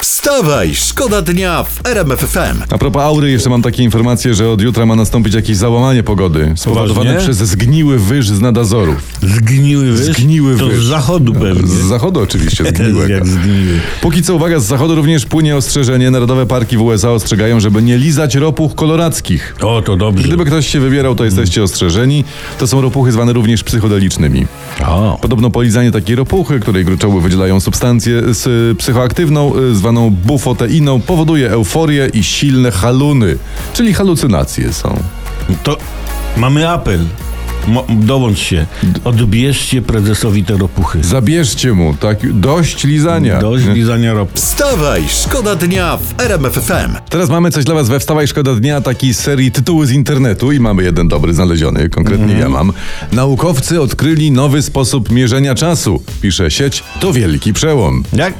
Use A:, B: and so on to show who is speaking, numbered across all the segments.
A: Wstawaj, szkoda dnia w RMF FM.
B: A propos aury, jeszcze mam takie informacje, że od jutra ma nastąpić jakieś załamanie pogody spowodowane
C: Poważnie?
B: przez zgniły wyż z nadazorów.
C: Zgniły wyż?
B: Zgniły
C: To
B: wyż. No,
C: z zachodu pewnie.
B: Z zachodu oczywiście, zgniłego.
C: Jak zgniły.
B: Póki co uwaga, z zachodu również płynie ostrzeżenie. Narodowe parki w USA ostrzegają, żeby nie lizać ropuch koloradzkich.
C: O, to dobrze.
B: Gdyby ktoś się wybierał, to jesteście ostrzeżeni. To są ropuchy zwane również psychodelicznymi.
C: O,
B: Podobno polizanie takiej ropuchy, której gruczoły wydzielają substancję z y, psychoaktywną, y, zwaną bufoteiną, powoduje euforię i silne haluny, czyli halucynacje są.
C: to mamy apel. Mo, dołącz się. Odbierzcie prezesowi te ropuchy.
B: Zabierzcie mu, tak? Dość lizania.
C: Dość lizania ropuch.
A: Wstawaj, szkoda dnia w RMF FM.
B: Teraz mamy coś dla was we Wstawaj Szkoda Dnia, taki z serii tytuły z internetu i mamy jeden dobry znaleziony, konkretnie
C: Mhm.
B: ja mam. Naukowcy odkryli nowy sposób mierzenia czasu. Pisze sieć, to wielki przełom.
C: Jak,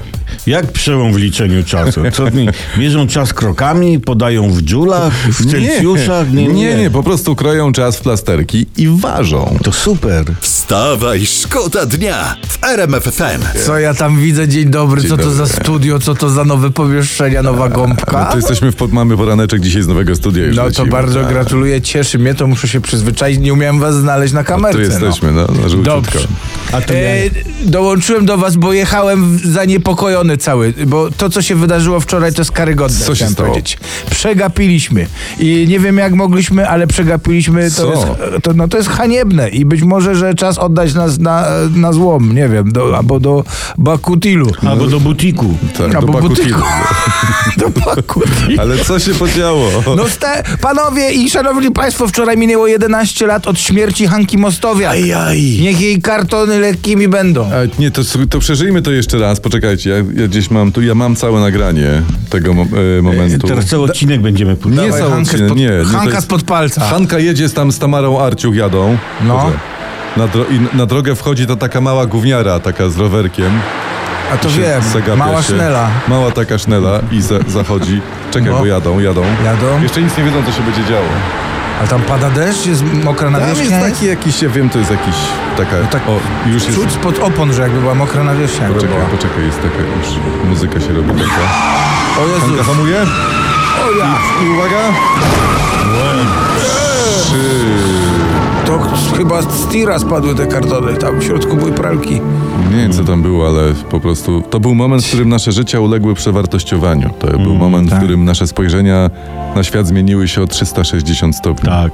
C: jak przełom w liczeniu czasu? Co dni? Mierzą czas krokami, podają w dżulach, w Celsjuszach?
B: nie, nie, nie, po prostu kroją czas w plasterki i ważą.
C: To super.
A: Wstawaj, szkoda dnia w RMF FM.
D: Co ja tam widzę? Dzień dobry, co to
B: dobry. Tak,
D: za studio, co to za nowe pomieszczenia, nowa gąbka?
B: No To jesteśmy w pod, mamy poraneczek dzisiaj z nowego studia już
D: No to
B: lecimy. tak.
D: bardzo gratuluję, cieszy mnie, to muszę się przyzwyczaić, nie umiałem was znaleźć na kamerce.
B: Tu jesteśmy, no, no
D: No.
B: żółciutko.
D: Dobrze.
C: A to
D: E, dołączyłem do was, bo jechałem w- zaniepokojony cały, bo to, co się wydarzyło wczoraj, to jest karygodne,
B: Co się
D: chciałem
B: stało?
D: powiedzieć. Przegapiliśmy. I nie wiem, jak mogliśmy, ale przegapiliśmy.
B: Co?
D: To jest, to, no, to jest haniebne i być może, że czas oddać nas na, na złom, nie wiem, do, albo do Bakutilu.
C: Albo do butiku.
B: Tak, do
D: Albo
B: Baku
D: butyku.
B: Film.
D: Do Bakutilu.
B: Ale co się podziało?
D: No ste, panowie i szanowni państwo, wczoraj minęło 11 lat od śmierci Hanki Mostowiak.
C: Ajaj.
D: Niech jej kartony lekkimi będą.
B: A, nie, to, to przeżyjmy to jeszcze raz. Poczekajcie, ja, ja gdzieś mam tu, ja mam całe nagranie tego mo- e, momentu.
C: Teraz cały odcinek będziemy
B: nie
C: puszczać.
D: Dawaj,
B: są
D: Hankę
B: odcinek,
D: spod-
B: nie. nie, to
D: Hanka spod palca.
B: Hanka jedzie tam z Tamarą Arciuch, jadą.
D: No.
B: Boże. Na, dro- I na drogę wchodzi ta taka mała gówniara, taka z rowerkiem.
D: A to
B: Się
D: wiem,
B: zagapia
D: mała
B: się.
D: sznela.
B: Mała taka sznela i za- zachodzi. Czekaj,
D: No.
B: bo jadą, jadą.
D: Jadą.
B: Jeszcze nic nie wiedzą, co się będzie działo.
D: A tam pada deszcz, jest mokra
B: Tam jest
D: nawierzchnia.
B: taki jakiś, ja wiem, to jest jakiś taka...
D: tak
B: o, już jest...
D: Czuć spod opon, że jakby była mokra nawierzchnia. jakby
B: Poczekaj,
D: była.
B: poczekaj, jest taka już muzyka się robi taka.
D: O
B: Hanka
D: Jezu.
B: hamuje
D: O ja.
B: i uwaga... Trzy...
D: To chyba z tira spadły te kartony tam w środku były pralki.
B: Nie wiem, co tam było, ale po prostu... To był moment, w którym nasze życia uległy przewartościowaniu. To był moment, w którym nasze spojrzenia na świat zmieniły się o 360 stopni.
C: Tak,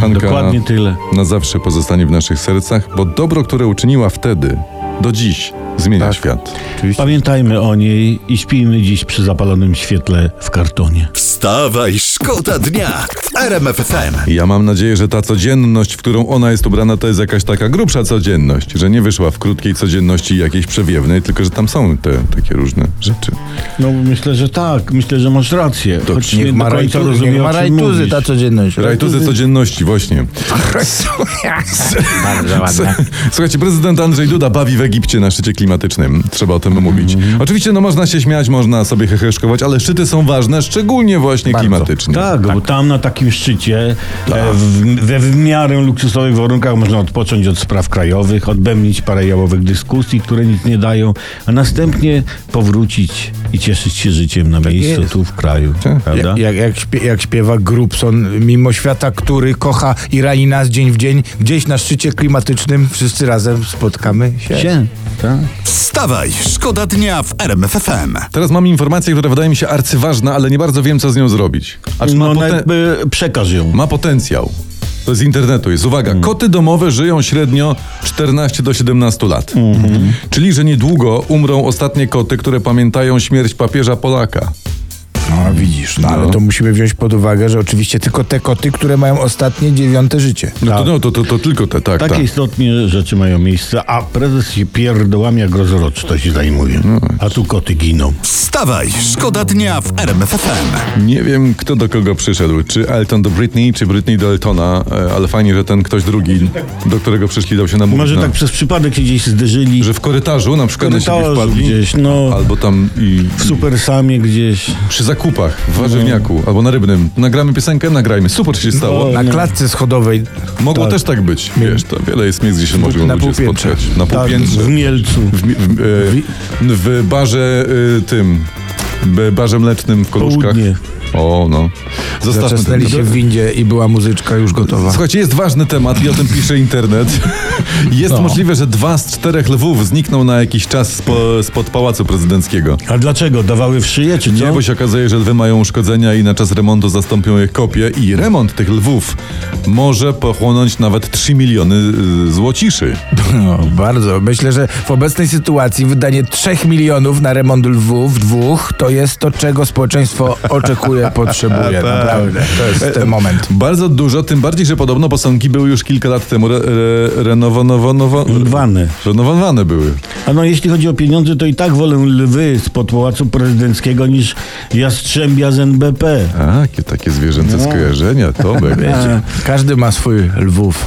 B: Hanka
C: dokładnie tyle.
B: na zawsze pozostanie w naszych sercach, bo dobro, które uczyniła wtedy, do dziś zmienia świat.
C: Pamiętajmy o niej i śpijmy dziś przy zapalonym świetle w kartonie.
A: Wstawaj, szkoda dnia w RMF FM.
B: Ja mam nadzieję, że ta codzienność, w którą ona jest ubrana, to jest jakaś taka grubsza codzienność, że nie wyszła w krótkiej codzienności jakiejś przewiewnej, tylko że tam są te takie różne rzeczy.
C: No myślę, że tak. Myślę, że masz rację. Choć nie
D: Niech
C: do
D: ma
C: końca
D: rajtuzy, niech
C: rozumiem,
D: ma
C: o czym
D: rajtuzy
C: mówisz.
D: ta codzienność.
B: Rajtuzy codzienności, właśnie.
C: Tak,
D: Bardzo ładne.
B: Słuchajcie, prezydent Andrzej Duda bawi w Egipcie na szczycie klimatycznym. Trzeba o
C: Mhm.
B: tym mówić. Oczywiście, no można się śmiać, można sobie heheszkować, ale szczyty są ważne, szczególnie właśnie
D: Bardzo.
B: klimatycznie.
C: Tak, bo tam na takim szczycie
D: Tak.
C: e, w, we w miarę luksusowych warunkach można odpocząć od spraw krajowych, odbębnić parę jałowych dyskusji, które nic nie dają, a następnie powrócić i cieszyć się życiem na miejscu
D: Tak jest. Tak.
C: tu w kraju. Prawda?
D: Jak, jak, śpie, jak śpiewa Grubson, mimo świata, który kocha i rani nas dzień w dzień, gdzieś na szczycie klimatycznym wszyscy razem spotkamy się.
C: Się, tak.
A: Wstawaj, szkoda dnia w RMF FM.
B: Teraz mam informację, która wydaje mi się arcyważna, ale nie bardzo wiem, co z nią zrobić. Acz ma,
C: No,
B: poten-
C: jakby przekaż ją.
B: ma potencjał. To z internetu jest. Uwaga,
C: Mhm.
B: koty domowe żyją średnio 14 do 17 lat.
C: Mhm.
B: Czyli, że niedługo umrą ostatnie koty, które pamiętają śmierć papieża Polaka.
D: No widzisz, no, ale to musimy wziąć pod uwagę, że oczywiście tylko te koty, które mają ostatnie dziewiąte życie.
B: No
C: Tak.
B: to, no, to, to, to tylko te, tak,
C: Takie
B: tak.
C: istotnie rzeczy mają miejsce, a prezes się pierdołami jak rozrodczo się zajmuje.
D: No.
C: A tu koty giną.
A: Wstawaj, szkoda dnia w RMF FM.
B: Nie wiem, kto do kogo przyszedł. Czy Elton do Britney, czy Britney do Eltona, e, ale fajnie, że ten ktoś drugi, do którego przyszli, dał się namówić.
C: Może
B: na-
C: tak przez przypadek się gdzieś zderzyli.
B: No. Że w korytarzu na przykład na siebie
C: Korytarzu
B: wpadli.
C: gdzieś, no.
B: Albo tam i...
C: W super samie gdzieś.
B: Przy zakupach w warzywniaku albo na rybnym. Nagramy piosenkę, nagrajmy. Super się stało.
C: No.
D: Na klatce schodowej.
B: Mogło też tak być. Wiesz, to wiele jest miejsc, gdzie się mogą
D: na
B: ludzie
D: półpiętrze.
B: spotkać. Na
C: Tak,
B: półpiętrze.
C: w Mielcu.
B: W, mi- w, e, w barze e, tym. b- barze mlecznym w Koluszkach.
C: Południe.
B: O, no. Zostawmy ten
D: Zaczesnęli się w windzie i była muzyczka już gotowa.
B: Słuchajcie, jest ważny temat i o tym pisze internet. Jest
C: No.
B: możliwe, że dwa z czterech lwów znikną na jakiś czas spo, spod Pałacu Prezydenckiego.
C: A dlaczego? Dawały w szyję, czy
B: Nie,
C: co?
B: bo się okazuje, że lwy mają uszkodzenia i na czas remontu zastąpią je kopie i remont tych lwów może pochłonąć nawet 3 miliony y, złociszy.
D: No, bardzo. Myślę, że w obecnej sytuacji wydanie 3 milionów na remont lwów dwóch to jest to, czego społeczeństwo oczekuje, potrzebuje. Naprawdę. To jest ten moment.
B: Bardzo dużo, tym bardziej, że podobno posągi były już kilka lat temu re, re, renowonowo-
C: Dbany.
B: renowowane były.
C: A no jeśli chodzi o pieniądze, to i tak wolę lwy spod Pałacu Prezydenckiego niż jastrzębia z NBP.
B: A, jakie takie zwierzęce skojarzenia, Tomek.
D: Każdy ma swój lwów.